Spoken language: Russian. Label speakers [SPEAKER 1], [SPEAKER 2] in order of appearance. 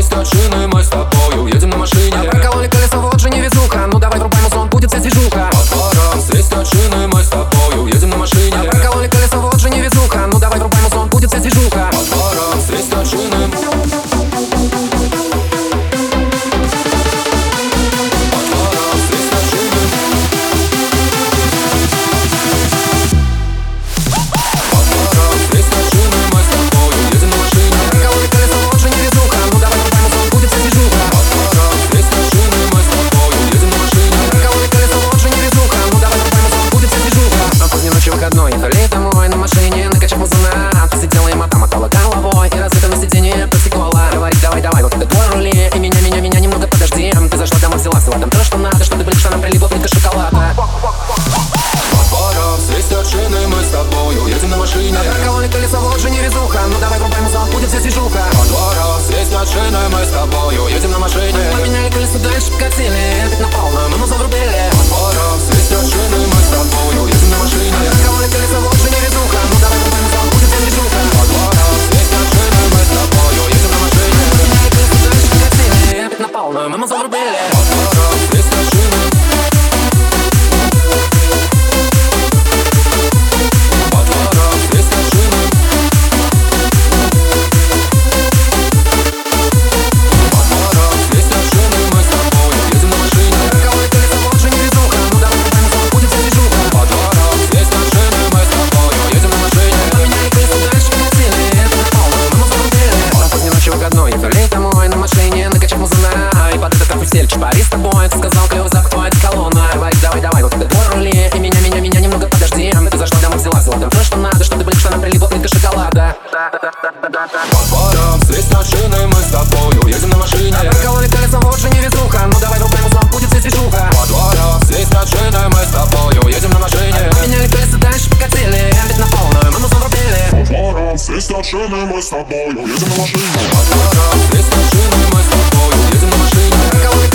[SPEAKER 1] с ночиной мы с тобою едем на машине
[SPEAKER 2] Прокололи колесо, вот же невезуха Ну давай врубай музон, будет вся движуха
[SPEAKER 1] По дворам здесь с ночиной мы с тобою едем на машине
[SPEAKER 2] Прокололи колесо, вот же невезуха Ну давай врубай музон, будет вся движуха
[SPEAKER 1] По дворам здесь с ночиной По дворам здесь с ночиной. По дворам здесь с ночиной мы с тобою едем на машине
[SPEAKER 2] Прокололи колесо, вот же невезуха Ну давай врубай музон, будет вся движуха
[SPEAKER 1] По дворам здесь с ночиной мы с тобою едем на машине
[SPEAKER 2] Прокололи колесо, вот же невезуха Ну давай врубай музон, будет вся движуха А поздней ночью выходной, иду домой на машине Накачав музона, посидела и мата мотала головой И разыта на сиденье просекла Говорит, давай, давай, вот это твой рули И меня, меня, меня немного подожди Ты зашла домой, взяла с там то, что надо Что ты блин, что нам прилипло, плитка шоколада
[SPEAKER 1] По дворам здесь с ночиной мы с тобою едем на машине
[SPEAKER 2] Прокололи колесо, вот же невезуха Ну давай врубай музон, будет вся движуха
[SPEAKER 1] По дворам здесь с ночиной мы с тобою едем на
[SPEAKER 2] А
[SPEAKER 1] машине
[SPEAKER 2] Поменяли колесо, дальше катили Эпик на полную, мы музон врубили
[SPEAKER 1] Паром здесь машины, мы с тобою едем на машине
[SPEAKER 2] Прокололи колесо, вот же невезуха Ну давай врубай музон, будет вся движуха
[SPEAKER 1] По дворам здесь машины, мы с тобою едем на машине
[SPEAKER 2] Поменяли колесо, дальше катили Эпик на полную, мы музон врубили
[SPEAKER 1] По дворам здесь машины По дворам здесь машины По дворам здесь машины, мы с тобою едем на машине
[SPEAKER 2] Прокололи колесо, вот же невезуха Ну давай врубай музон, будет вся движуха
[SPEAKER 1] По дворам здесь машины, мы с тобою едем на машине
[SPEAKER 2] Поменяли колесо, дальше катили Эпик на полную, мы музон врубили А поздней ночью выходной, иду домой на машине Накачав музона, и под это как постель Чапари с тобой, ты сказал, клёвый запах твой одеколона Говорит, давай, давай, вот это твой рули И меня, меня, меня немного подожди Ты зашла домой, взяла с там то, что надо Что ты блин, что нам прилипло, плитка шоколада
[SPEAKER 1] По дворам здесь машины, мы с тобою едем на машине
[SPEAKER 2] Прокололи колесо, вот же невезуха Ну давай врубай музон, будет здесь движуха
[SPEAKER 1] По дворам здесь машины, мы с тобою едем на машине
[SPEAKER 2] Поменяли колеса, дальше покатили Амбит на полную, мы музон врубили
[SPEAKER 3] Паром здесь ночами мы с тобою едем на машине
[SPEAKER 1] По дворам здесь машины, мы с тобою едем на машине
[SPEAKER 2] Прокололи